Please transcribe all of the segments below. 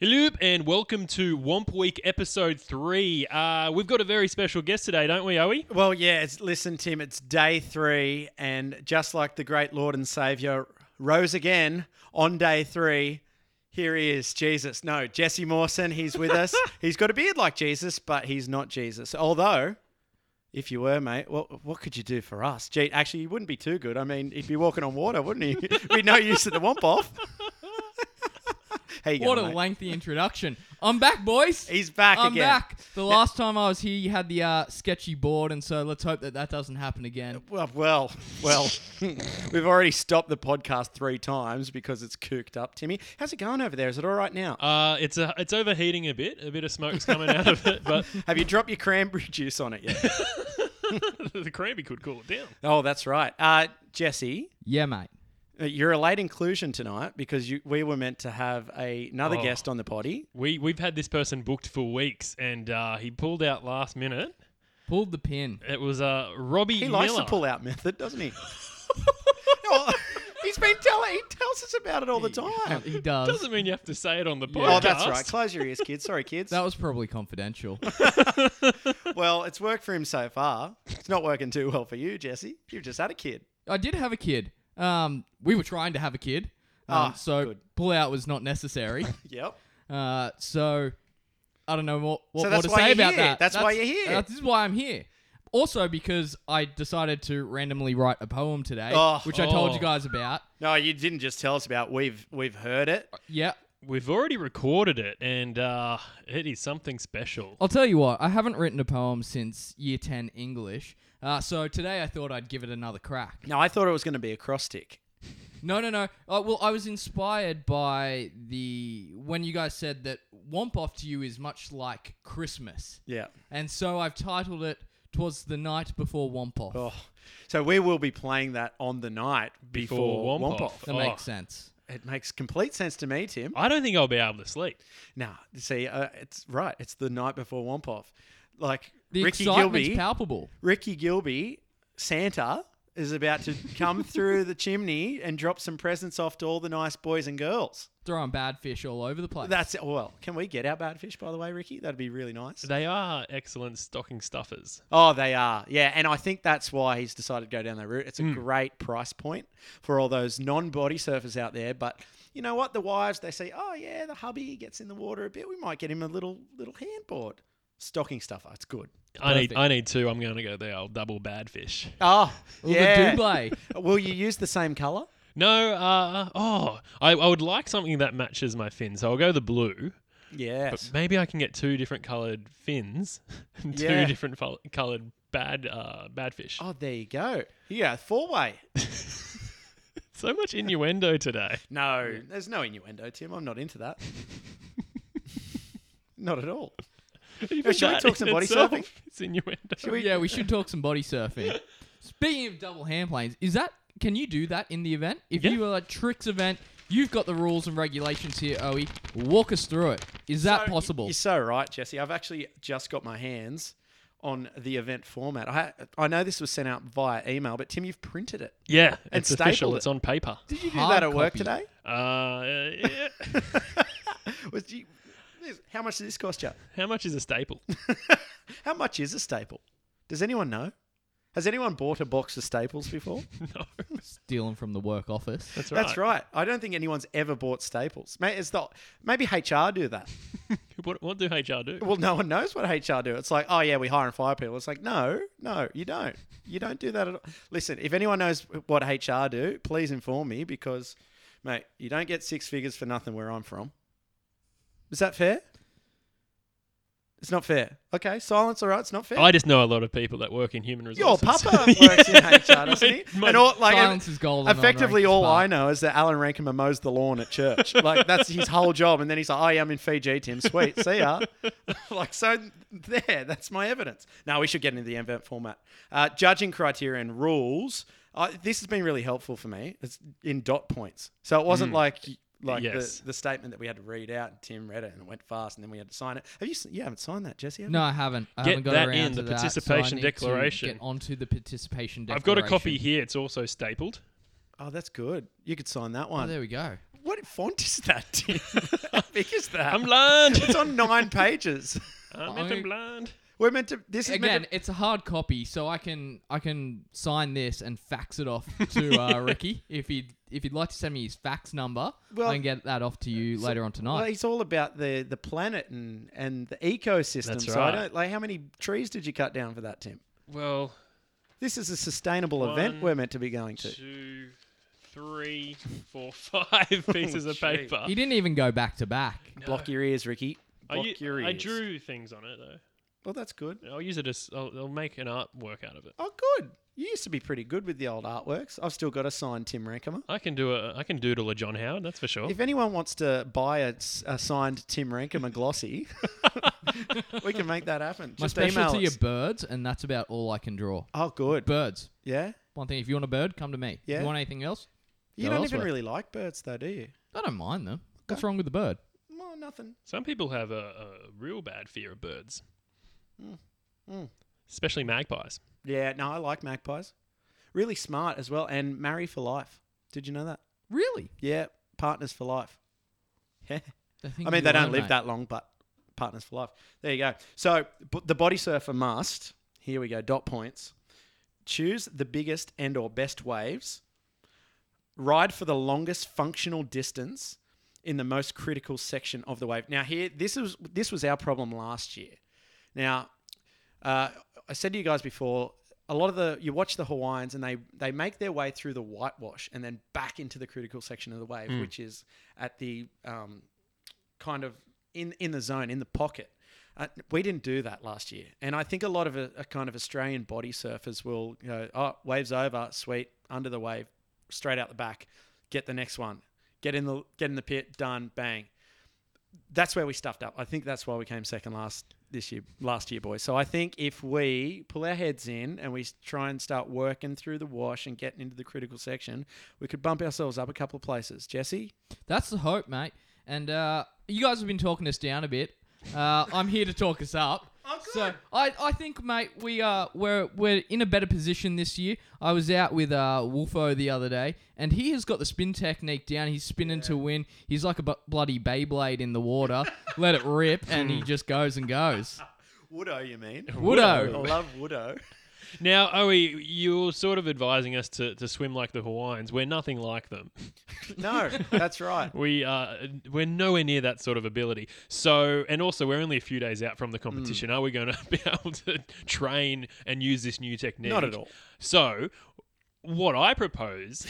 Hello and welcome to Womp Week episode three. Uh, we've got a very special guest today, don't we, Owie? Well, yeah, it's, listen, Tim, it's day three, and just like the great Lord and Savior rose again on day three, here he is, Jesus. No, Jesse Mawson, he's with us. he's got a beard like Jesus, but he's not Jesus. Although, if you were, mate, what, what could you do for us? Gee, actually, you wouldn't be too good. I mean, he'd be walking on water, wouldn't he? Be no use at the womp off. How you What a going, mate? lengthy introduction. I'm back, boys. He's back I'm again. back. The last time I was here, you had the uh, sketchy board, and so let's hope that that doesn't happen again. Well, well, well. We've already stopped the podcast three times because it's cooked up, Timmy. How's it going over there? Is it all right now? Uh, it's a, it's overheating a bit. A bit of smoke's coming out of it, but Have you dropped your cranberry juice on it yet? the cranberry could cool it down. oh, that's right. Uh, Jesse, Yeah, mate. uh, you're a late inclusion tonight because you, we were meant to have a, another Oh. guest on the potty. We we've had this person booked for weeks, and uh, he pulled out last minute. Pulled the pin. It was uh, Robbie He Miller. likes the pull out method, doesn't he? No, he's been telling. He tells us about it all the time. He does. Doesn't mean you have to say it on the podcast. Oh, that's right. Close your ears, kids. Sorry, kids. That was probably confidential. well, it's worked for him so far. It's not working too well for you, Jesse. You've just had a kid. I did have a kid. Um, we were trying to have a kid. Um, Ah, so good. pull out was not necessary. Yep. Uh, so I don't know what, what So more that's to why say you're about here. that. That's why you're here. That, this is why I'm here. Also, because I decided to randomly write a poem today, Oh. which I told Oh. you guys about. No, you didn't just tell us about. We've we've heard it. Yeah, We've already recorded it, and uh, it is something special. I'll tell you what. I haven't written a poem since year ten English, uh, so today I thought I'd give it another crack. No, I thought it was going to be acrostic. No, no, no. Uh, well, I was inspired by the when you guys said that "Womp Off" to you is much like Christmas, Yeah. and so I've titled it "Twas the Night Before Womp Off." Oh, so we will be playing that on the night before, Before Womp Womp Off. Off. That Oh. makes sense. It makes complete sense to me, Tim. I don't think I'll be able to sleep. Now, see, uh, it's right. It's the night before Womp Off. Like The Ricky excitement's Gilby, palpable. Ricky Gilby, Santa is about to come through the chimney and drop some presents off to all the nice boys and girls. Throwing bad fish all over the place. That's well. Can we get our bad fish, by the way, Ricky? That'd be really nice. They are excellent stocking stuffers. Oh, they are. Yeah. And I think that's why he's decided to go down that route. It's a great price point for all those non body surfers out there. But you know what? The wives, they say, oh, yeah, the hubby gets in the water a bit. We might get him a little little handboard. Stocking stuffer. It's good. I need Perfect. I need two. I'm going to go there. I'll double bad fish. Oh, Well, yeah. the Dublé. Will you use the same color? No, uh, oh, I, I would like something that matches my fin, so I'll go the blue. Yes. But maybe I can get two different coloured fins, and two Yeah. different fol- coloured bad uh, bad fish. oh, there you go. Yeah, four way. So much innuendo today. No, there's no innuendo, Tim. I'm not into that. not at all. Even should we that talk in some body itself surfing? is innuendo. yeah, we should talk some body surfing. Speaking of double hand planes, is that can you do that in the event? If Yeah. you were a tricks event, you've got the rules and regulations here, Owie. Walk us through it. Is that So, y- possible? You're so right, Jesse. I've actually just got my hands on the event format. I I know this was sent out via email, but Tim, you've printed it. Yeah, And it's official. stapled It's on paper. Did you do Hard that at work copy. today? Uh, yeah. Was you, this- how much did this cost you? How much is a staple? How much is a staple? Does anyone know? Has anyone bought a box of staples before? No, Stealing from the work office. that's right. That's right. I don't think anyone's ever bought staples. May- it's the- Maybe HR do that. What, what do HR do? Well, no one knows what HR do. It's like, oh yeah, we hire and fire people. It's like, no, no, you don't. You don't do that at all. Listen, if anyone knows what HR do, please inform me because, mate, you don't get six figures for nothing where I'm from. Is that fair? It's not fair. Okay, silence. All right, it's not fair. I just know a lot of people that work in human Your resources. papa works in HR, doesn't he? My- and all, like, Silence is golden. on effectively, Rankin all Spa. I know is that Alan Rankin mows the lawn at church. like that's his whole job. And then he's like, "Oh yeah, I'm in Fiji, Tim. Sweet, see ya." like so, there. That's my evidence. Now we should get into the event format, uh, judging criteria and rules. Uh, this has been really helpful for me. It's in dot points, so it wasn't like like Yes. the, the statement that we had to read out. And Tim read it and it went fast, and then we had to sign it. Have you? s- You haven't signed that, Jesse? have you? No, I haven't. I Get haven't got that around in, to the that, so I participation need to declaration. Get onto the participation declaration. I've got a copy here. It's also stapled. Oh, that's good. You could sign that Oh, one. there we go. What what font is that? Tim? How big is that? I'm blind. it's on nine pages. I'm I- effing blind. We're meant to. This is Again, Meant it's a hard copy, so I can I can sign this and fax it off to uh, Ricky if he would if he'd like to send me his fax number. Well, I can get that off to you so- later on oh. to, well, tonight. it's all about the the planet and and the ecosystem. That's So I right. don't like. How many trees did you cut down for that, Tim? Well, This is a sustainable event One, we're meant to be going to. two, three, four, five pieces of Oh, gee. paper. he didn't even go back to back. Block your ears, Ricky. I, Block u- your ears. I drew things on it though. Well, that's good. I'll use it as I'll, I'll make an artwork out of it. Oh, good. You used to be pretty good with the old artworks. I've still got a signed Tim Rancomer. I can do a I can doodle a John Howard, that's for sure. If anyone wants to buy a, s- a signed Tim Rancomer glossy, we can make that happen. My Just email specialty are us. birds, and that's about all I can draw. Oh, good. Birds. Yeah. One thing. If you want a bird, come to me. If Yeah. you want anything else? You Go don't even elsewhere. really like birds, though, do you? I don't mind them. What's wrong with the bird? Well, nothing. Some people have a, a real bad fear of birds, Hmm. especially magpies. Yeah, no, I like magpies. Really smart as well, and marry for life. Did you know that? Really? Yeah, partners for life. Yeah. I, I mean, they don't live that long, but partners for life. There you go. So b- the body surfer must. Here we go. Dot points. Choose the biggest and or best waves. Ride for the longest functional distance in the most critical section of the wave. Now here, this was this was our problem last year. Now, uh, I said to you guys before. A lot of the you watch the Hawaiians and they they make their way through the whitewash and then back into the critical section of the wave, which is at the um, kind of in in the zone, in the pocket. Uh, we didn't do that last year, and I think a lot of uh, a, a kind of Australian body surfers will you know, oh, waves over, sweet, under the wave, straight out the back, get the next one, get in the get in the pit, done, bang. That's where we stuffed up. I think that's why we came second last this year, last year, boys. So I think if we pull our heads in and we s- try and start working through the wash and getting into the critical section, we could bump ourselves up a couple of places. Jesse, That's the hope, mate. And uh, you guys have been talking us down a bit. Uh, I'm here to talk us up. Oh, So I, I think, mate, we are we're we're in a better position this year. I was out with uh, Wolfo the other day, and he has got the spin technique down. He's spinning to win. He's like a bu- bloody Beyblade in the water. Let it rip, and Hmm. he just goes and goes. Woodo, you mean? Woodo. I love Woodo. Now, Owie, you're sort of advising us to, to swim like the Hawaiians. We're nothing like them. No, that's right. We are we're nowhere near that sort of ability. So, and also we're only a few days out from the competition. Mm. Are we going to be able to train and use this new technique? Not at all. So, what I propose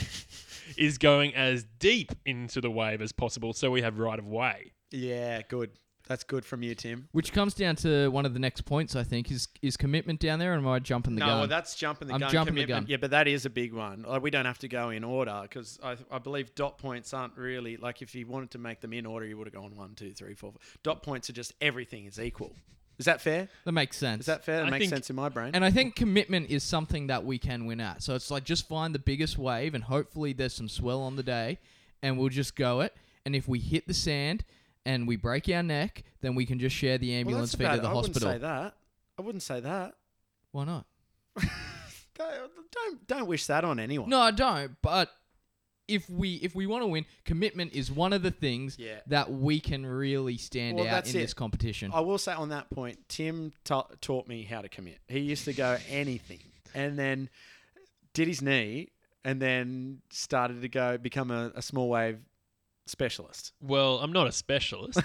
is going as deep into the wave as possible, so we have right of way. Yeah, good. That's good from you, Tim. Which comes down to one of the next points, I think, is is commitment down there, and am I jumping the No, gun? well, that's jumping the I'm gun. jumping the commitment. gun. Yeah, but that is a big one. Like, we don't have to go in order because I, I believe dot points aren't really like if you wanted to make them in order, you would have gone one, two, three, four. four. Dot points are just everything is equal. Is that fair? that makes sense. Is that fair? That I makes think- sense in my brain. And I think commitment is something that we can win at. So it's like just find the biggest wave and hopefully there's some swell on the day and we'll just go it. And if we hit the sand and we break our neck, then we can just share the Well, ambulance that's fee about to the it. I hospital. wouldn't say that. I wouldn't say that. Why not? Don't- Don't don't wish that on anyone. No, I don't, but if we if we want to win, commitment is one of the things Yeah. that we can really stand Well, out that's in it. Oh, this competition. I will say on that point, Tim ta taught me how to commit. He used to go anything, and then did his knee, and then started to go become a, a small wave specialist. Well, I'm not a specialist,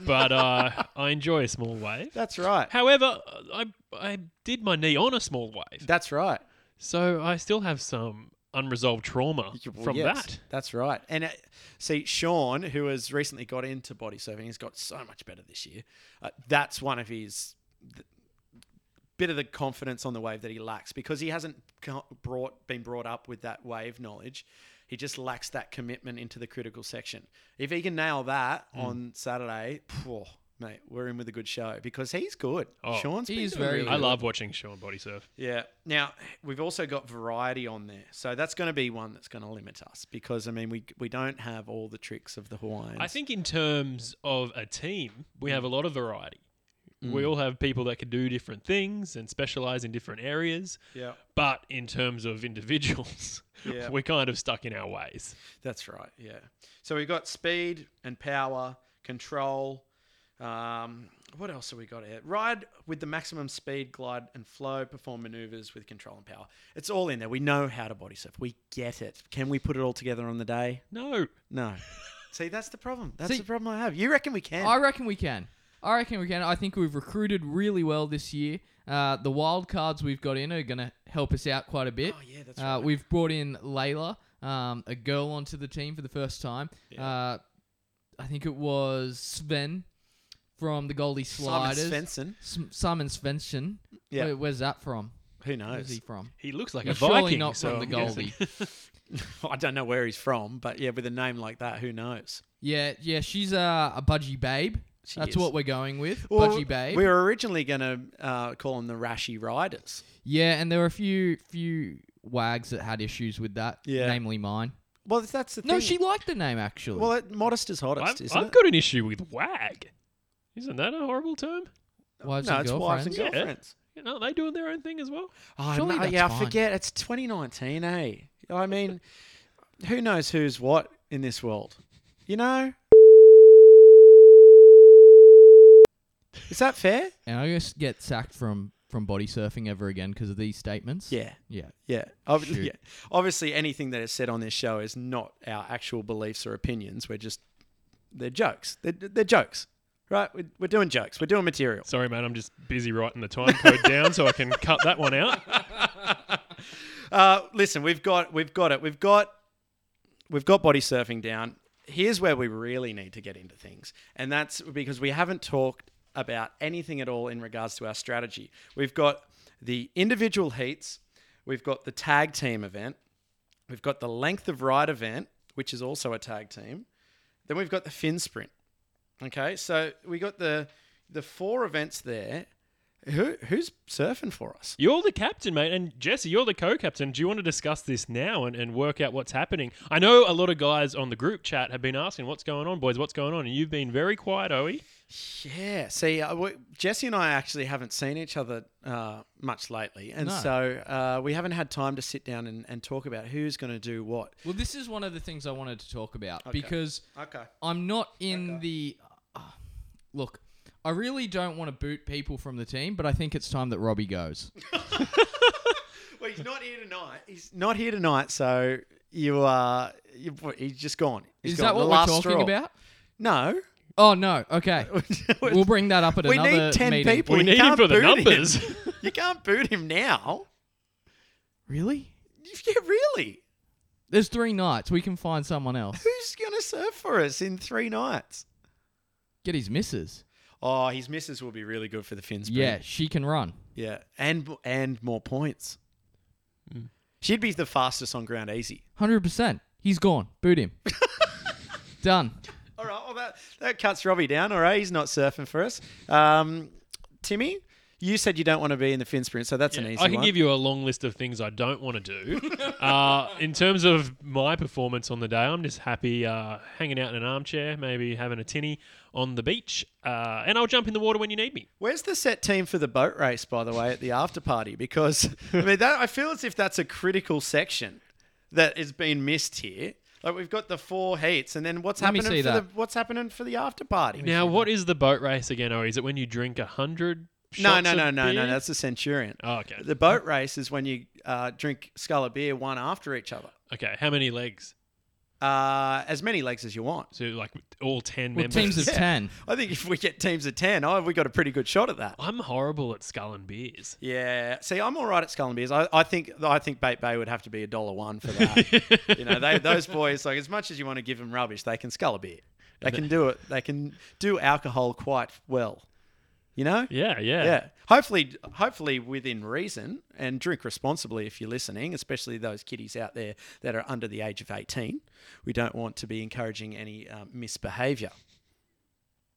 but uh, I enjoy a small wave. That's right. However, I I did my knee on a small wave, That's right. so I still have some unresolved trauma Well, from yes, that. That's right. And uh, see, Sean, who has recently got into body surfing, he's got so much better this year. Uh, that's one of his th- bit of the confidence on the wave that he lacks because he hasn't co- brought been brought up with that wave knowledge. He just lacks that commitment into the critical section. If he can nail that on Saturday, phew, mate, we're in with a good show because he's good. Oh, Sean's he been is doing very really good. I love watching Sean body surf. yeah. Now we've also got variety on there, so that's going to be one that's going to limit us because I mean we we don't have all the tricks of the Hawaiians. I think in terms of a team, we have a lot of variety. Mm. We all have people that can do different things and specialize in different areas. Yeah. But in terms of individuals, Yeah. we're kind of stuck in our ways. That's right. Yeah. So we've got speed and power, control. Um, what else have we got here? Ride with the maximum speed, glide and flow, perform maneuvers with control and power. It's all in there. We know how to body surf. We get it. Can we put it all together on the day? No. No. See, that's the problem. That's See- the problem I have. You reckon we can? I reckon we can. I reckon we can. I think we've recruited really well this year. Uh, the wild cards we've got in are going to help us out quite a bit. Oh, yeah, that's uh, right. We've brought in Layla, um, a girl onto the team for the first time. Uh, I think it was Sven from the Goldie Simon Sliders. Svensson. S- Simon Svensson. Yeah. Where- where's that from? Who Where's he knows? from? He looks like a He's surely Viking. not so from the I'm guessing- Goldie. I don't know where he's from, but yeah, with a name like that, who knows? Yeah, yeah, she's a, a budgie babe. She That's is. what we're going with, Well, budgie babe. We were originally going to uh, call them the Rashi Riders. Yeah, and there were a few few wags that had issues with that. Yeah. Namely mine. Well, that's the thing. No, she liked the name actually. Well, it, modest is hottest, I've, isn't I've it? got an issue with wag. Isn't that a horrible term? wives no, and it's wives and girlfriends. Yeah. girlfriends. You know, they doing their own thing as well. Oh, Surely no, that's yeah, I fine. forget. It's 2019, eh? I mean, who knows who's what in this world? You know? Is that fair? and I just get sacked from from body surfing ever again because of these statements. Yeah. Yeah. Yeah. Ob- Shoot. yeah. Obviously, anything that is said on this show is not our actual beliefs or opinions. We're just, they're jokes. They're, they're jokes, right? We're, we're doing jokes. We're doing material. Sorry, man. I'm just busy writing the time code down so I can cut that one out. Uh, listen, we've got we've got it. We've got we've got body surfing down. Here's where we really need to get into things, and that's because we haven't talked about anything at all in regards to our strategy. We've got the individual heats, we've got the tag team event, we've got the length of ride event, which is also a tag team. Then we've got the fin sprint. Okay, so we got the the four events there. Who who's surfing for us? You're the captain, mate. And Jesse, you're the co captain. Do you want to discuss this now and, and work out what's happening? I know a lot of guys on the group chat have been asking, what's going on, boys? What's going on? And you've been very quiet, Oe. Yeah. See, uh, we, Jesse and I actually haven't seen each other uh, much lately. And No. so uh, we haven't had time to sit down and, and talk about who's going to do what. Well, this is one of the things I wanted to talk about because Okay. I'm not in the. ah, look, I really don't want to boot people from the team, but I think it's time that Robbie goes. Well, he's not here tonight. He's not here tonight. So you are, you, he's just gone. He's is gone. that The what we're last talking straw. about? No. Oh no. Okay. we'll bring that up at We another need 10 meeting. people. We Well, you need him can't for the boot him. numbers. you can't boot him now. Really? Yeah, really? There's three nights. We can find someone else. Who's going to serve for us in three nights? Get his missus. Oh, his missus will be really good for the Finns. Yeah, she can run. Yeah, and and more points. Hmm. She'd be the fastest on ground easy. 100%. He's gone. Boot him. Done. All right, well that that cuts Robbie down. All right, he's not surfing for us. Um, Timmy, you said you don't want to be in the fin sprint, so that's an easy I can one. give you a long list of things I don't want to do. uh, in terms of my performance on the day, I'm just happy uh, hanging out in an armchair, maybe having a tinny on the beach, uh, and I'll jump in the water when you need me. Where's the set team for the boat race, by the way, at the after party? Because I mean, that, I feel as if that's a critical section that has been missed here. Like we've got the four heats, and then what's Let me happening see for that. the what's happening for the after party? Now, what is the boat race again, Oe? Is it when you drink a hundred? No, shots no, of no, no, beer? no. That's the Centurion. Oh, okay. The boat race is when you uh, drink skull of beer one after each other, Okay, how many legs? uh, as many legs as you want. So like all ten Well, members. teams of 10. I think if we get teams of ten, oh, we got a pretty good shot at that. I'm horrible at skull and beers. Yeah, see, I'm all right at skull and beers. I, I think I think Bait Bay would have to be a dollar one for that. you know, they, those boys like as much as you want to give them rubbish, they can skull a beer. They can do it. They can do alcohol quite well. You know. Yeah, yeah. Yeah. Hopefully, hopefully within reason, and drink responsibly if you're listening, especially those kiddies out there that are under the age of 18. We don't want to be encouraging any um, misbehaviour.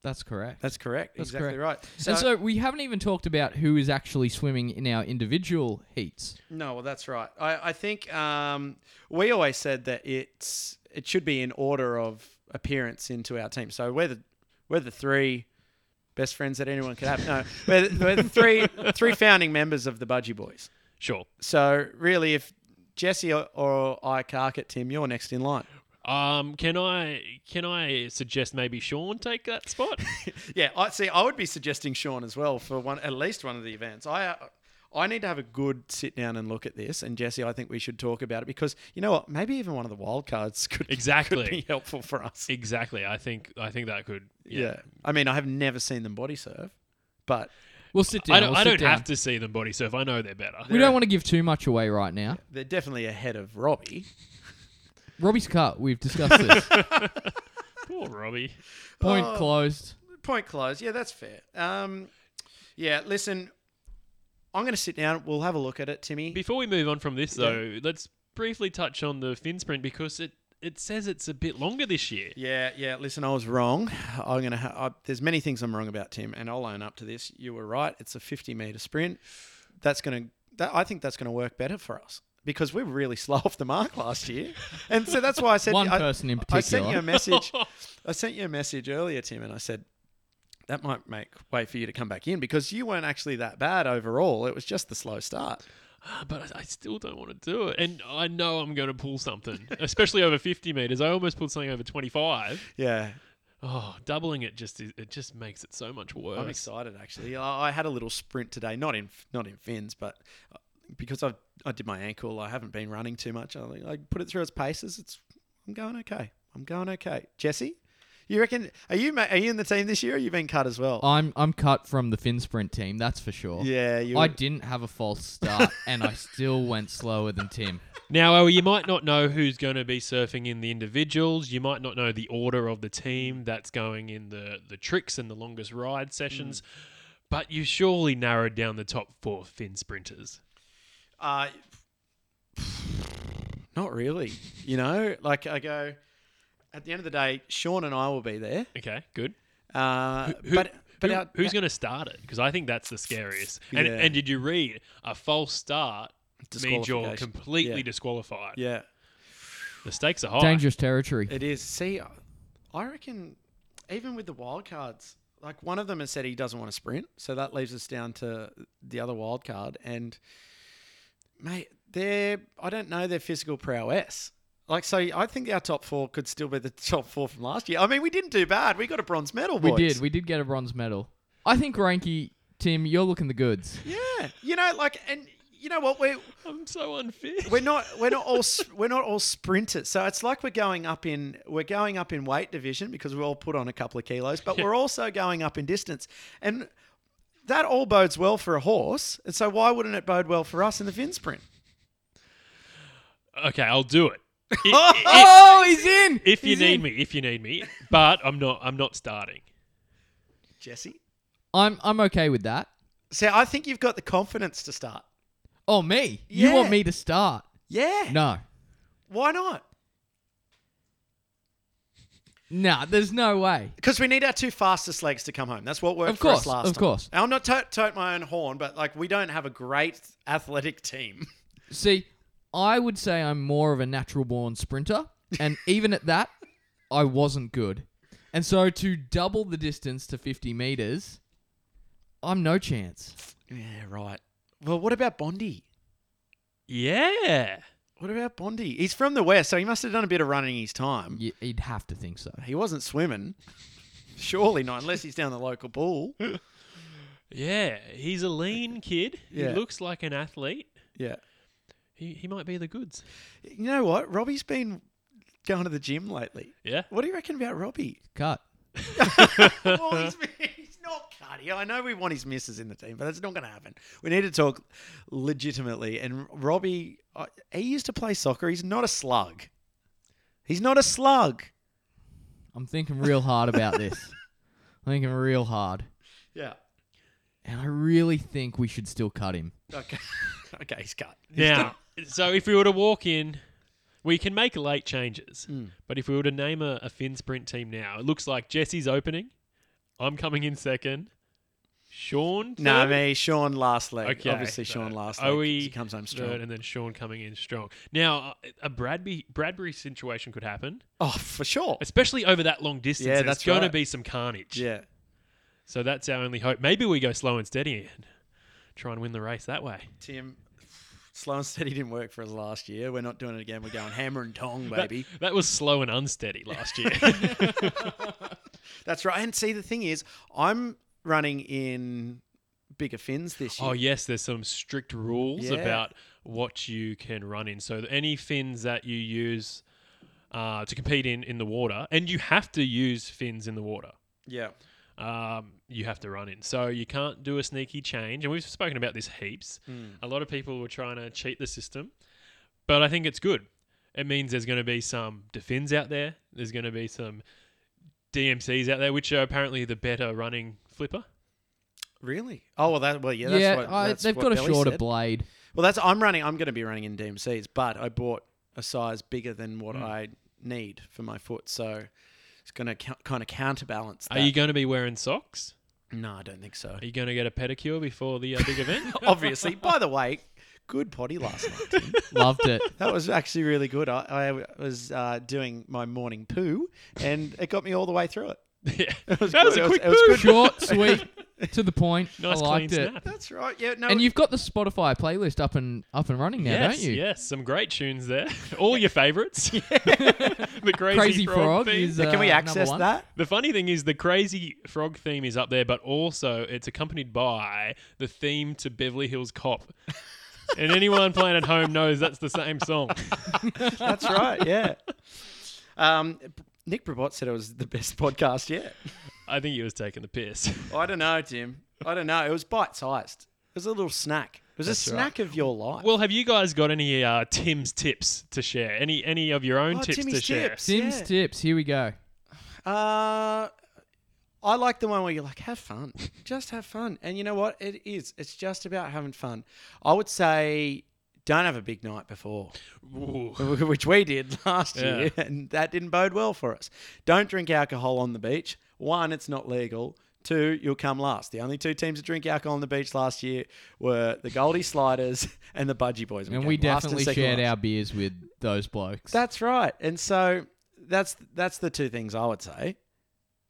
That's correct. That's correct. That's exactly right. So, and so we haven't even talked about who is actually swimming in our individual heats. no, well, that's right. I, I think um, we always said that it's it should be in order of appearance into our team. So we're the we're the three Best friends that anyone could have. No, we're, we're the three three founding members of the Budgie Boys. Sure. So really, if Jesse or, or I cark it, Tim, you're next in line. Um, can I can I suggest maybe Sean take that spot? Yeah, I see. I would be suggesting Sean as well for one, at least one of the events. I, uh, I need to have a good sit down and look at this. And Jesse, I think we should talk about it because you know what? Maybe even one of the wild cards could Exactly. could be helpful for us. exactly. I think I think that could. yeah. I mean, I have never seen them body serve, but We'll sit down. I don't, we'll I sit don't down. have to see them body surf. I know they're better. We don't want to give too much away right now. they're definitely ahead of Robbie. Robbie's cut. We've discussed this. Poor Robbie. Point Oh. closed. Point close. Yeah, that's fair. Um, yeah. Listen, I'm going to sit down. We'll have a look at it, Timmy. Before we move on from this though, let's briefly touch on the fin sprint because it it says it's a bit longer this year. Yeah, yeah. Listen, I was wrong. I'm gonna. Ha- I, there's many things I'm wrong about, Tim, and I'll own up to this. You were right. It's a 50 meter sprint. That's gonna. That, I think that's gonna work better for us because we were really slow off the mark last year, and so that's why I said One I, person in I sent you a particular. message. I sent you a message earlier, Tim, and I said that might make way for you to come back in because you weren't actually that bad overall. It was just the slow start. Ah, But I- I still don't want to do it, and I know I'm going to pull something, especially over 50 meters. I almost pulled something over 25. Yeah, Oh, doubling it just is, it just makes it so much worse. I'm excited actually. I I had a little sprint today, not in not in fins, but uh, because I I did my ankle, I haven't been running too much. I, I put it through its paces. It's I'm going okay. I'm going okay. Jesse, you reckon? Are you ma- are you in the team this year? Or you been cut as well? Oh. I'm I'm cut from the fin sprint team. That's for sure. yeah, you. I didn't have a false start, and I still went slower than Tim. Now, Owen, you might not know who's going to be surfing in the individuals. You might not know the order of the team that's going in the, the tricks and the longest ride sessions. But you surely narrowed down the top four fin sprinters. Uh, not really. You know, like I go. At the end of the day, Sean and I will be there. Okay, good. Uh, Who- but but who- our, who's going to start it? Because I think that's the scariest. And, Yeah. and did you read a false start means you're Disqualification. completely Yeah. disqualified? yeah. The stakes are high. Dangerous territory. It is. See, I- I reckon even with the wild cards, like one of them has said he doesn't want to sprint, so that leaves us down to the other wild card. And mate, they're I don't know their physical prowess. Like so, I think our top four could still be the top four from last year. I mean, we didn't do bad. We got a bronze medal. We Boys. did. We did get a bronze medal. I think Ranky, Tim, you're looking the goods. yeah. You know, like, and you know what? We're I'm so unfit. we're not we're not all s- we're not all sprinters. So it's like we're going up in we're going up in weight division because we all put on a couple of kilos, but we're also going up in distance, and that all bodes well for a horse. And so why wouldn't it bode well for us in the fin sprint? Okay, I'll do it. I- i- Oh, he's in. if you He's need in. me, if you need me, but I'm not. I'm not starting. Jesse, I'm I'm okay with that. so I think you've got the confidence to start. Oh, me. You want Yeah. me to start? Yeah. No. Why not? Nah, there's no way. Because we need our two fastest legs to come home. That's what worked Of for us course, last of time. course. And I'm not to- tote my own horn, but like we don't have a great athletic team. See, I would say I'm more of a natural born sprinter, and even at that, I wasn't good. And so to double the distance to 50 meters, I'm no chance. Yeah, right. Well, what about Bondi? Yeah. What about Bondi? He's from the west, so he must have done a bit of running his time. Y- You'd have to think so. He wasn't swimming, surely not, unless he's down the local pool. Yeah, he's a lean kid. Yeah. He looks like an athlete. Yeah. He, he might be the goods. You know what? Robbie's been going to the gym lately. Yeah. What do you reckon about Robbie? Cut. well, he's, he's not cutty. I know we want his misses in the team, but that's not going to happen. We need to talk legitimately. And Robbie, uh, he used to play soccer. He's not a slug. He's not a slug. I'm thinking real hard about this. I'm thinking real hard. Yeah. And I really think we should still cut him. Okay. okay, he's cut. He's Now, so if we were to walk in, we can make late changes. Hmm. But if we were to name a, a fin sprint team now, it looks like Jesse's opening. I'm coming in second. Sean. No, third? me, Sean last leg. Okay, Obviously, so Sean last are leg. we he comes home strong. Third, and then Sean coming in strong. Now, a- a Bradby, Bradbury situation could happen, Oh, for sure. especially over that long distance. Yeah, There's that's going to right. be some carnage. Yeah. So that's our only hope. Maybe we go slow and steady and try and win the race that way. Tim, slow and steady didn't work for us last year. We're not doing it again. We're going hammer and tong, baby. That was slow and unsteady last year. That's right. And see, the thing is, I'm running in bigger fins this year. oh yes, there's some strict rules Yeah. about what you can run in. So any fins that you use uh, to compete in in the water, and you have to use fins in the water. yeah. um, you have to run in. So you can't do a sneaky change. And we've spoken about this heaps. Mm. A lot of people were trying to cheat the system, but I think it's good. It means there's going to be some defins out there. There's going to be some DMCs out there, which are apparently the better running flipper. Really? Oh well, that well yeah. Yeah, That's what, I- that's they've what got a Billy shorter said. blade. Well, that's I'm running. I'm going to be running in DMCs, but I bought a size bigger than what Hmm. I need for my foot, so it's going to kind of counterbalance. That. Are you going to be wearing socks? No, I don't think so. Are you going to get a pedicure before the uh, big event? Obviously. By the way, good potty last night. Loved it. That was actually really good. I, I was uh, doing my morning poo, and it got me all the way through it. yeah. was that was good. a It was- quick it was boot. Short, sweet, to the point. Nice I liked clean it. snap. That's right. Yeah. No. And you've got the Spotify playlist up and up and running now, yes, don't you? Yes, some great tunes there. All your favourites. the crazy, Crazy frog, Frog theme. is, uh, can we number access one. that? The funny thing is, the crazy frog theme is up there, but also it's accompanied by the theme to Beverly Hills Cop. and anyone playing at home knows that's the same song. That's right. Yeah. Um, Nick Brabot said it was the best podcast yet. I think he was taking the piss. I don't know, Tim. I don't know. It was bite sized. It was a little snack. It was a snack of your life. Well, have you guys got any uh, Tim's tips to share? Any any of your own Oh, tips Timmy's to share? tips. Sims Yeah. tips. Here we go. Uh, I like the one where you're like, have fun. Just have fun. And you know what? It is. It's just about having fun. I would say don't have a big night before, Ooh. which we did last Yeah. year, and that didn't bode well for us. Don't drink alcohol on the beach. One, it's not legal. Two, you'll come last. The only two teams that drink alcohol on the beach last year were the Goldie Sliders and the Budgie Boys. And came we last definitely second shared last. our beers with those blokes. That's right. And so that's that's the two things I would say.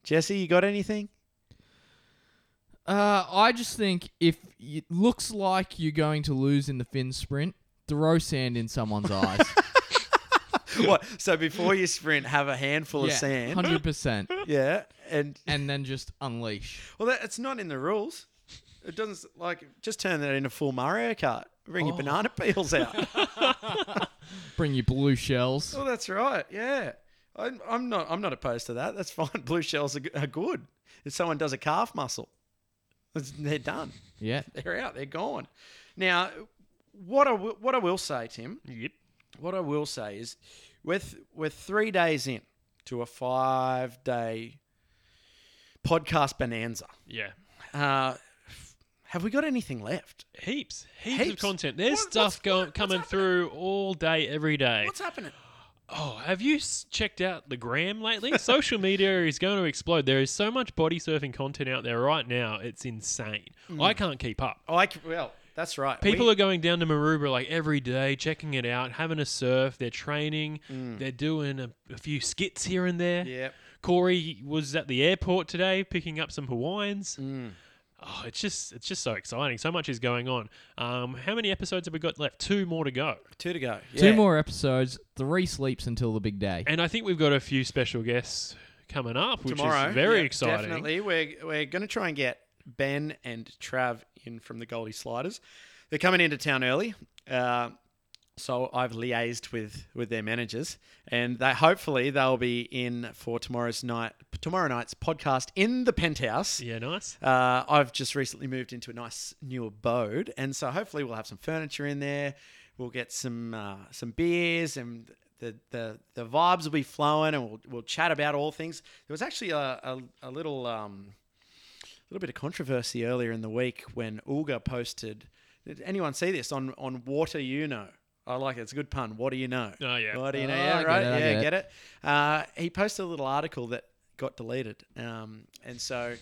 Jesse, you got anything? Uh, I just think if it looks like you're going to lose in the fin sprint, throw sand in someone's eyes. what? So before you sprint, have a handful of sand. hundred percent, Yeah, and and then just unleash. well, that, it's not in the rules. It doesn't like just turn that into full Mario Kart. Bring your banana peels out. Bring your blue shells. oh, that's right. Yeah, I'm, I'm not. I'm not opposed to that. That's fine. Blue shells are, g- are good. If someone does a calf muscle, it's- they're done. Yeah, They're out. They're gone. Now, what I w- what I will say, Tim, Yep. what I will say is, with we're three days in to a five day podcast bonanza. Yeah. Uh, have we got anything left? Heaps, heaps, of Heaps. content. There's What- what's- stuff going what- what's coming happening? through all day, every day. What's happening? Oh, have you s- checked out the gram lately? Social media is going to explode. There is so much body surfing content out there right now. It's insane. I can't keep up. Oh, I c- well, that's right. People Mm. We- are going down to Maroubra like every day, checking it out, having a surf. They're training. They're doing a, a few skits here and there. Mm. yeah. Corey was at the airport today picking up some Hawaiians. Mm. Oh, it's just it's just so exciting. So much is going on. Um, how many episodes have we got left? Two more to go. Two to go. Yeah. two more episodes, three sleeps until the big day. And I think we've got a few special guests coming up, which tomorrow. is very Yeah, exciting. Definitely, we're we're going to try and get Ben and Trav in from the Goldie Sliders. They're coming into town early, uh, so I've liaised with with their managers, and they hopefully they'll be in for tomorrow's night tomorrow night's podcast in the penthouse. Yeah, nice. Uh, I've just recently moved into a nice new abode, and so hopefully we'll have some furniture in there. We'll get some uh, some beers, and the, the the vibes will be flowing, and we'll we'll chat about all things. There was actually a a, a little um, little bit of controversy earlier in the week when Ulga posted. Did anyone see this on on water? You know, I like it. It's a good pun. What do you know? Oh, yeah. What do you Oh, know? I Yeah, get right. it, I yeah, get get it. Uh, he posted a little article that got deleted, um, and so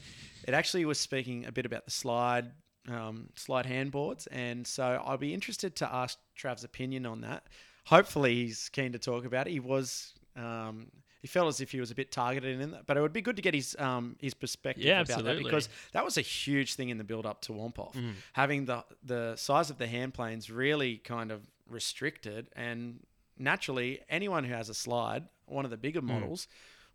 it actually was speaking a bit about the slide. Um, slide handboards, and so I'll be interested to ask Trav's opinion on that. Hopefully, he's keen to talk about it. He was um, he felt as if he was a bit targeted in that. But it would be good to get his um, his perspective Yeah, about that absolutely. because that was a huge thing in the build up to Wompoff. Having the the size of the hand planes really kind of restricted, and naturally, anyone who has a slide, one of the bigger models.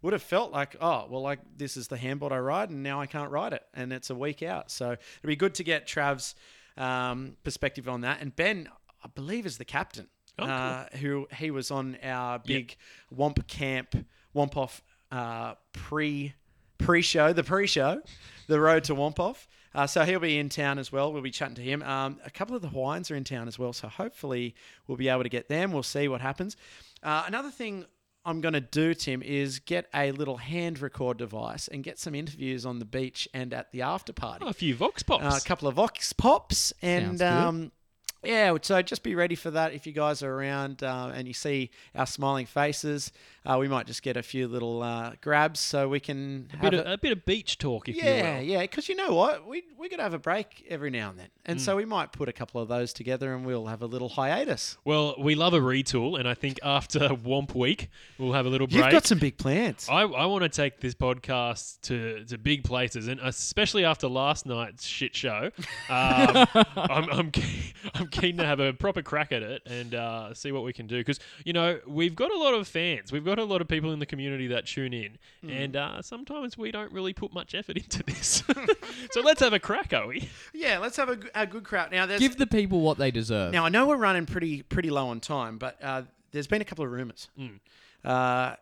Would have felt like, oh, well, like this is the handboard I ride, and now I can't ride it, and it's a week out. So it'd be good to get Trav's um, perspective on that. And Ben, I believe, is the captain, Oh, cool. uh, who he was on our big Womp Camp Womp Off uh, pre pre show, the pre show, the road to Womp Off. Uh, so he'll be in town as well. We'll be chatting to him. Um, a couple of the Hawaiians are in town as well, so hopefully we'll be able to get them. We'll see what happens. Uh, another thing I'm going to do, Tim, is get a little hand record device and get some interviews on the beach and at the after party Uh, Oh, a few vox pops. a couple of Vox Pops, Sounds and good. um, yeah, so just be ready for that if you guys are around uh, and you see our smiling faces. Uh, we might just get a few little uh, grabs so we can a, have bit a, of, a bit of beach talk, if yeah, you yeah, because you know what, we we could have a break every now and then, and so we might put a couple of those together, and we'll have a little hiatus. will. Well, we love a retool, and I think after Womp Week, we'll have a little break. You've got some big plans. I, I want to take this podcast to, to big places, and especially after last night's shit show, um, I'm, I'm, keen, I'm keen to have a proper crack at it and uh, see what we can do. Because, you know, we've got a lot of fans, we've got a lot of people in the community that tune in, Hmm. and uh, sometimes we don't really put much effort into this. so let's have a crack, are we? yeah, let's have a, g- a good crowd now. There's Give the people what they deserve. Now I know we're running pretty pretty low on time, but uh, there's been a couple of rumors. Hmm. Uh,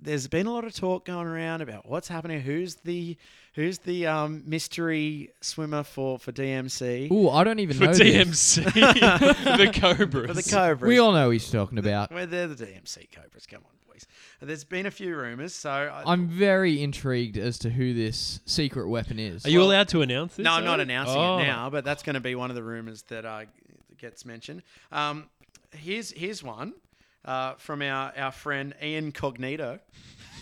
there's been a lot of talk going around about what's happening. Who's the who's the um, mystery swimmer for for DMC Ooh, I don't even For know. This. DMC, the Cobras. for the Cobras? We all know who he's talking about. well, they're the DMC Cobras. Come on, boys. There's been a few rumors, so I, I'm very intrigued as to who this secret weapon is. Are you allowed to announce this? No, I'm not Owen? announcing Oh. it now, but that's going to be one of the rumors that uh, gets mentioned. Um, here's here's one uh, from our, our friend Ian Cognito.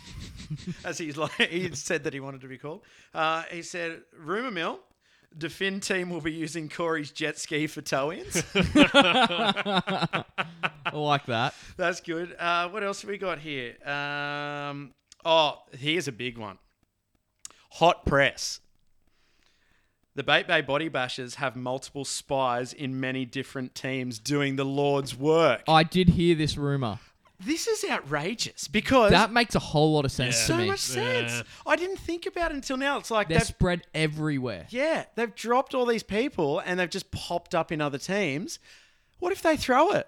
As he's like, he said that he wanted to be called. Uh, he said, "Rumor mill, the Finn team will be using Corey's jet ski for tow-ins." I like that. That's good. Uh, what else have we got here? Um, oh, here's a big one. Hot press. The Bait Bay Body Bashers have multiple spies in many different teams doing the Lord's work. I did hear this rumor. This is outrageous because That makes a whole lot of sense Yeah. so to me. much sense. Yeah. I didn't think about it until now. It's like They're they've, spread everywhere. yeah, they've dropped all these people and they've just popped up in other teams. What if they throw it?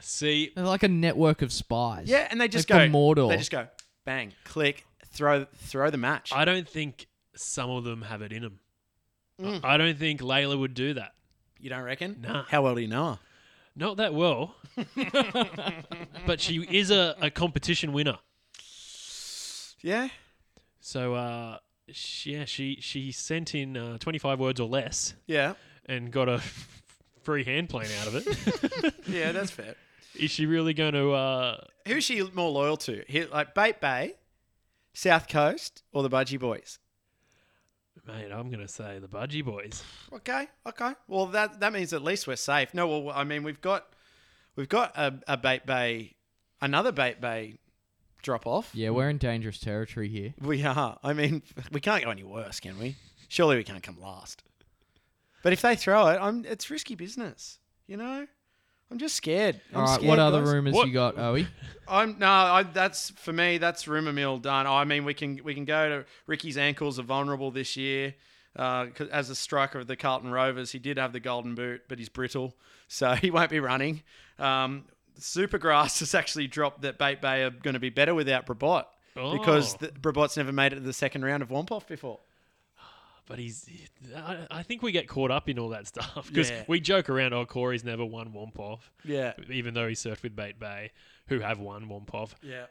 See, They're like a network of spies. Yeah, and they just Like the go. Mordor. They just go bang, click, throw, throw the match. I don't think some of them have it in them. I don't think Layla would do that. You don't reckon? Nah. How well do you know her? Not that well. but she is a, a competition winner. Yeah. So, uh, she- yeah, she, she sent in uh, 25 words or less Yeah. and got a free hand plane out of it. Yeah, that's fair. is she really going to. Uh, Who's she more loyal to? Here, like Bait Bay, South Coast, or the Budgie Boys? mate, I'm going to say the Budgie Boys. Okay. Okay. Well, that that means at least we're safe. No, well, I mean we've got we've got a, a Bait Bay, another Bait Bay drop off. Yeah, we're in dangerous territory here. We are. I mean, we can't go any worse, can we? Surely we can't come last. But if they throw it, I'm it's risky business. You know, I'm just scared. I'm All right, scared, what other guys. rumors What- you got, Owie? I'm no, I, that's for me. That's rumor mill done. I mean, we can we can go to Ricky's ankles are vulnerable this year. Uh, 'cause as a striker of the Carlton Rovers, he did have the golden boot, but he's brittle, so he won't be running. Um, Supergrass has actually dropped that Bait Bay are going to be better without Brabot because Oh. the, Brabot's never made it to the second round of Wompoff before. But he's. I, I think we get caught up in all that stuff because Yeah. we joke around, oh, Corey's never won Womp Off. Yeah, even though he surfed with Bait Bay, who have won Wompov. yeah,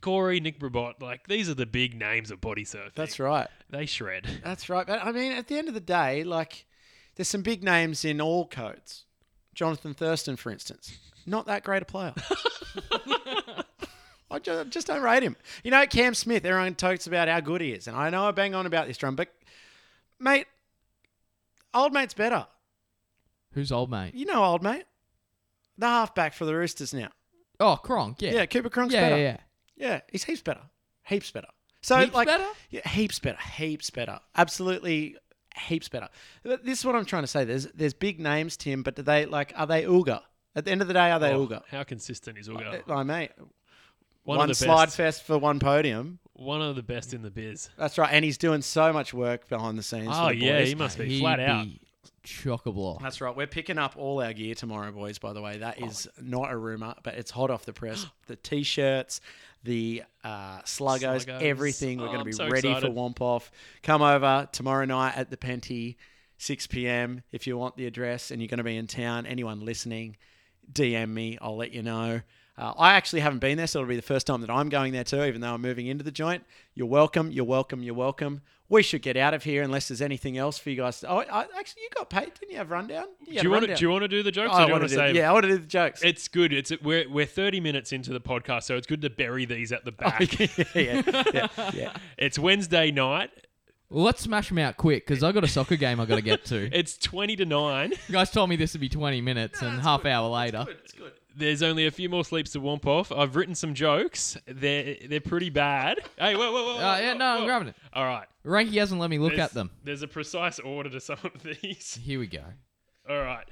Corey, Nick Brabot, like these are the big names of body surfing. that's right. They shred. That's right. But I mean, at the end of the day, like, there's some big names in all codes. Jonathan Thurston, for instance, not that great a player. I ju- just, don't rate him. You know, Cam Smith, everyone talks about how good he is. And I know I bang on about this drum, but mate, old mate's better. Who's old mate? You know, old mate. The halfback for the Roosters now. Oh, Kronk. Yeah. Yeah, Cooper Cronk's yeah, better. yeah, yeah. Yeah, he's heaps better. Heaps better. So Heaps like better? Yeah, heaps better. Heaps better. Absolutely heaps better. Th- This is what I'm trying to say. There's there's big names, Tim, but do they like are they Uga? At the end of the day, are they Uga? Oh, How consistent is Uga? Like mate, One, one, of the slide best. fest for one podium. One of the best in the biz. That's right. And he's doing so much work behind the scenes. Oh for the yeah, boys. he must be He'd flat out. be chock-a-block. That's right. We're picking up all our gear tomorrow, boys. By the way, that is not a rumor, but it's hot off the press. the t-shirts, the uh, sluggos, Sluggos. everything. We're Oh, going to I'm be so ready excited. for Womp Off. Come over tomorrow night at the Penty, 6 p.m. If you want the address and you're going to be in town, anyone listening, DM me. I'll let you know. Uh, I actually haven't been there, so it'll be the first time that I'm going there too, even though I'm moving into the joint. You're welcome. You're welcome. You're welcome. We should get out of here unless there's anything else for you guys. To, oh, I, actually, you got paid, didn't you? Have rundown? Do you want to? Do you want to do the jokes? Oh, I or do you wanna want to do- save? Yeah, I want to do the jokes. It's good. It's we're we're 30 minutes into the podcast, so it's good to bury these at the back. yeah, yeah, yeah. it's Wednesday night. Well, let's smash them out quick because I got a soccer game I got to get to. It's 20 to 9. You guys told me this would be 20 minutes, and half hour later, It's good. There's only a few more sleeps to womp off. I've written some jokes. They're they're pretty bad. Hey, whoa, whoa, whoa. Uh, yeah, whoa, no, I'm whoa. grabbing it. All right. Ranky hasn't let me look There's- at them. There's a precise order to some of these. Here we go. All right.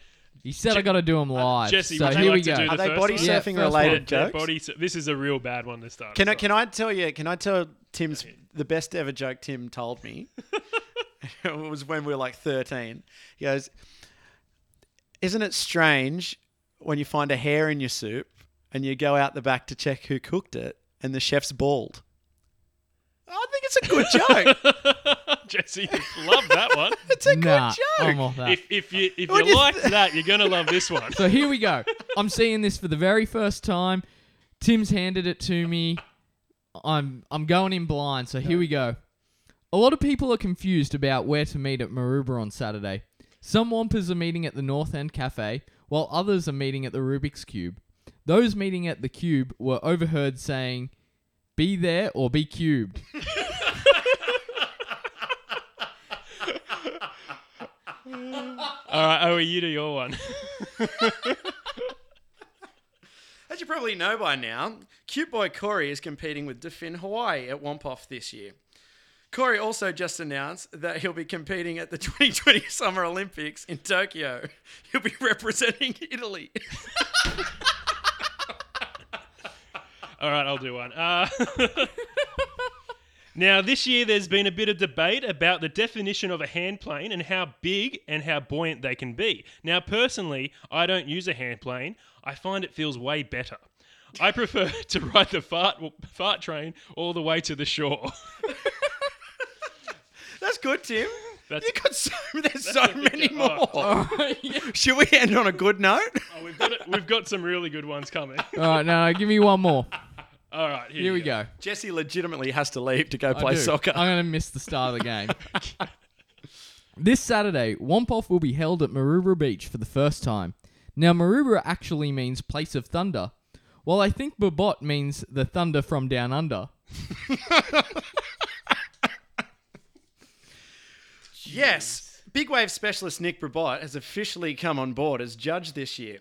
He said Je- uh, I got to do them live. Jesse, so would you here like we to go. do Are The they first body one? Yeah, surfing first Yeah, related one. yeah, jokes? body, so this is a real bad one this time. Can I can I tell you? Can I tell Tim's the best ever joke Tim told me? it was when we were like thirteen. He goes, "Isn't it strange when you find a hair in your soup and you go out the back to check who cooked it and the chef's bald?" I think it's a good joke. Jesse, love that one. it's a nah, good I'm joke. off that. if if you if What you is liked that, you're gonna love this one. so here we go. I'm seeing this for the very first time. Tim's handed it to me. I'm I'm going in blind. So here we go. A lot of people are confused about where to meet at Maruba on Saturday. Some Wampers are meeting at the North End Cafe, while others are meeting at the Rubik's Cube. Those meeting at the Cube were overheard saying, "Be there or be cubed." All right, oh, you do your one. As you probably know by now, Cute Boy Corey is competing with Defin Hawaii at Wompoff this year. Corey also just announced that he'll be competing at the 2020 Summer Olympics in Tokyo. He'll be representing Italy. All right, I'll do one. Uh, now, this year there's been a bit of debate about the definition of a hand plane and how big and how buoyant they can be. Now, personally, I don't use a hand plane. I find it feels way better. I prefer to ride the fart fart train all the way to the shore. That's good, Tim. That's- you got so there's so many Oh. more. yeah. Should we end on a good note? Oh, we've got it. We've got some really good ones coming. All right, no, no, give me one more. All right, here, Here you we go. Jesse legitimately has to leave to go I play do. soccer. I'm going to miss the start of the game. this Saturday, Wompoff will be held at Maroubra Beach for the first time. Now, Maroubra actually means place of thunder, while I think Babot means the thunder from down under. Yes. Big Wave specialist Nick Brabot has officially come on board as judge this year.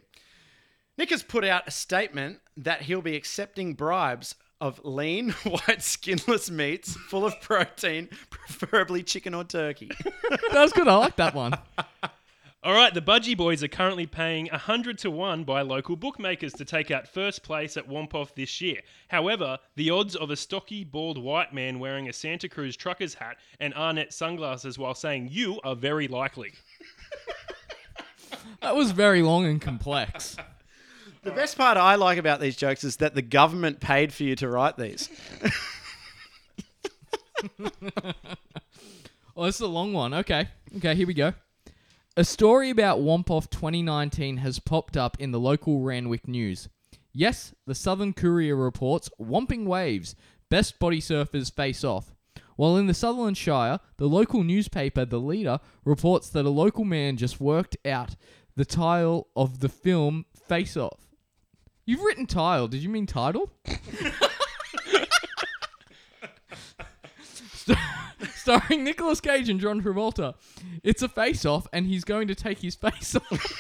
Nick has put out a statement that he'll be accepting bribes of lean, white, skinless meats full of protein, preferably chicken or turkey. That was good. I like that one. All right, the Budgie Boys are currently paying 100 to 1 by local bookmakers to take out first place at Wompoff this year. However, the odds of a stocky, bald white man wearing a Santa Cruz trucker's hat and Arnett sunglasses while saying you are very likely. That was very long and complex. The best part I like about these jokes is that the government paid for you to write these. Oh, it's a long one. Okay. Okay, here we go. A story about Wompoff 2019 has popped up in the local Ranwick news. Yes, the Southern Courier reports Womping Waves, best body surfers face off. While in the Sutherland Shire, the local newspaper, The Leader, reports that a local man just worked out the title of the film Face Off. You've written tile. Did you mean title? starring Nicolas Cage and John Travolta. It's a face off, and he's going to take his face off.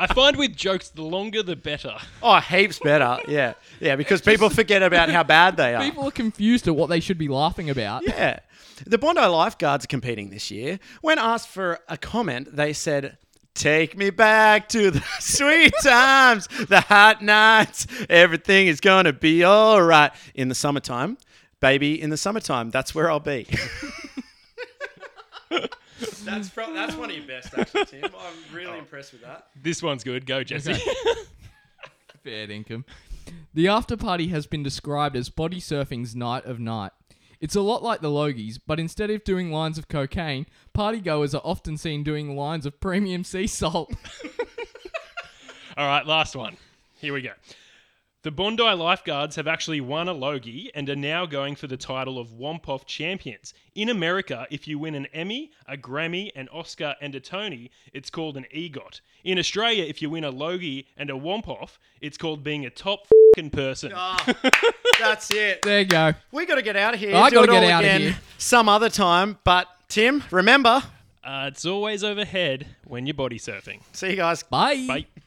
I find with jokes, the longer the better. Oh, heaps better. Yeah. Yeah, because people forget about how bad they are. People are confused at what they should be laughing about. Ah. Yeah. The Bondi lifeguards are competing this year. When asked for a comment, they said, Take me back to the sweet times, the hot nights. Everything is going to be all right in the summertime. Baby, in the summertime, that's where I'll be. that's, pro- that's one of your best, actually, Tim. I'm really Oh. impressed with that. This one's good. Go, Jesse. Okay. Fair dinkum. The after party has been described as body surfing's night of night. It's a lot like the Logies, but instead of doing lines of cocaine, partygoers are often seen doing lines of premium sea salt. All right, last one. Here we go. The Bondi lifeguards have actually won a Logie and are now going for the title of Wompoff champions. In America, if you win an Emmy, a Grammy, an Oscar, and a Tony, it's called an EGOT. In Australia, if you win a Logie and a Wompoff, it's called being a top fing person. Ah. That's it. There you go. We got to get out of here. Ah, I Do gotta it all get outta again here. some other time. But, Tim, remember, Uh, it's always overhead when you're body surfing. see you guys. Bye. Bye.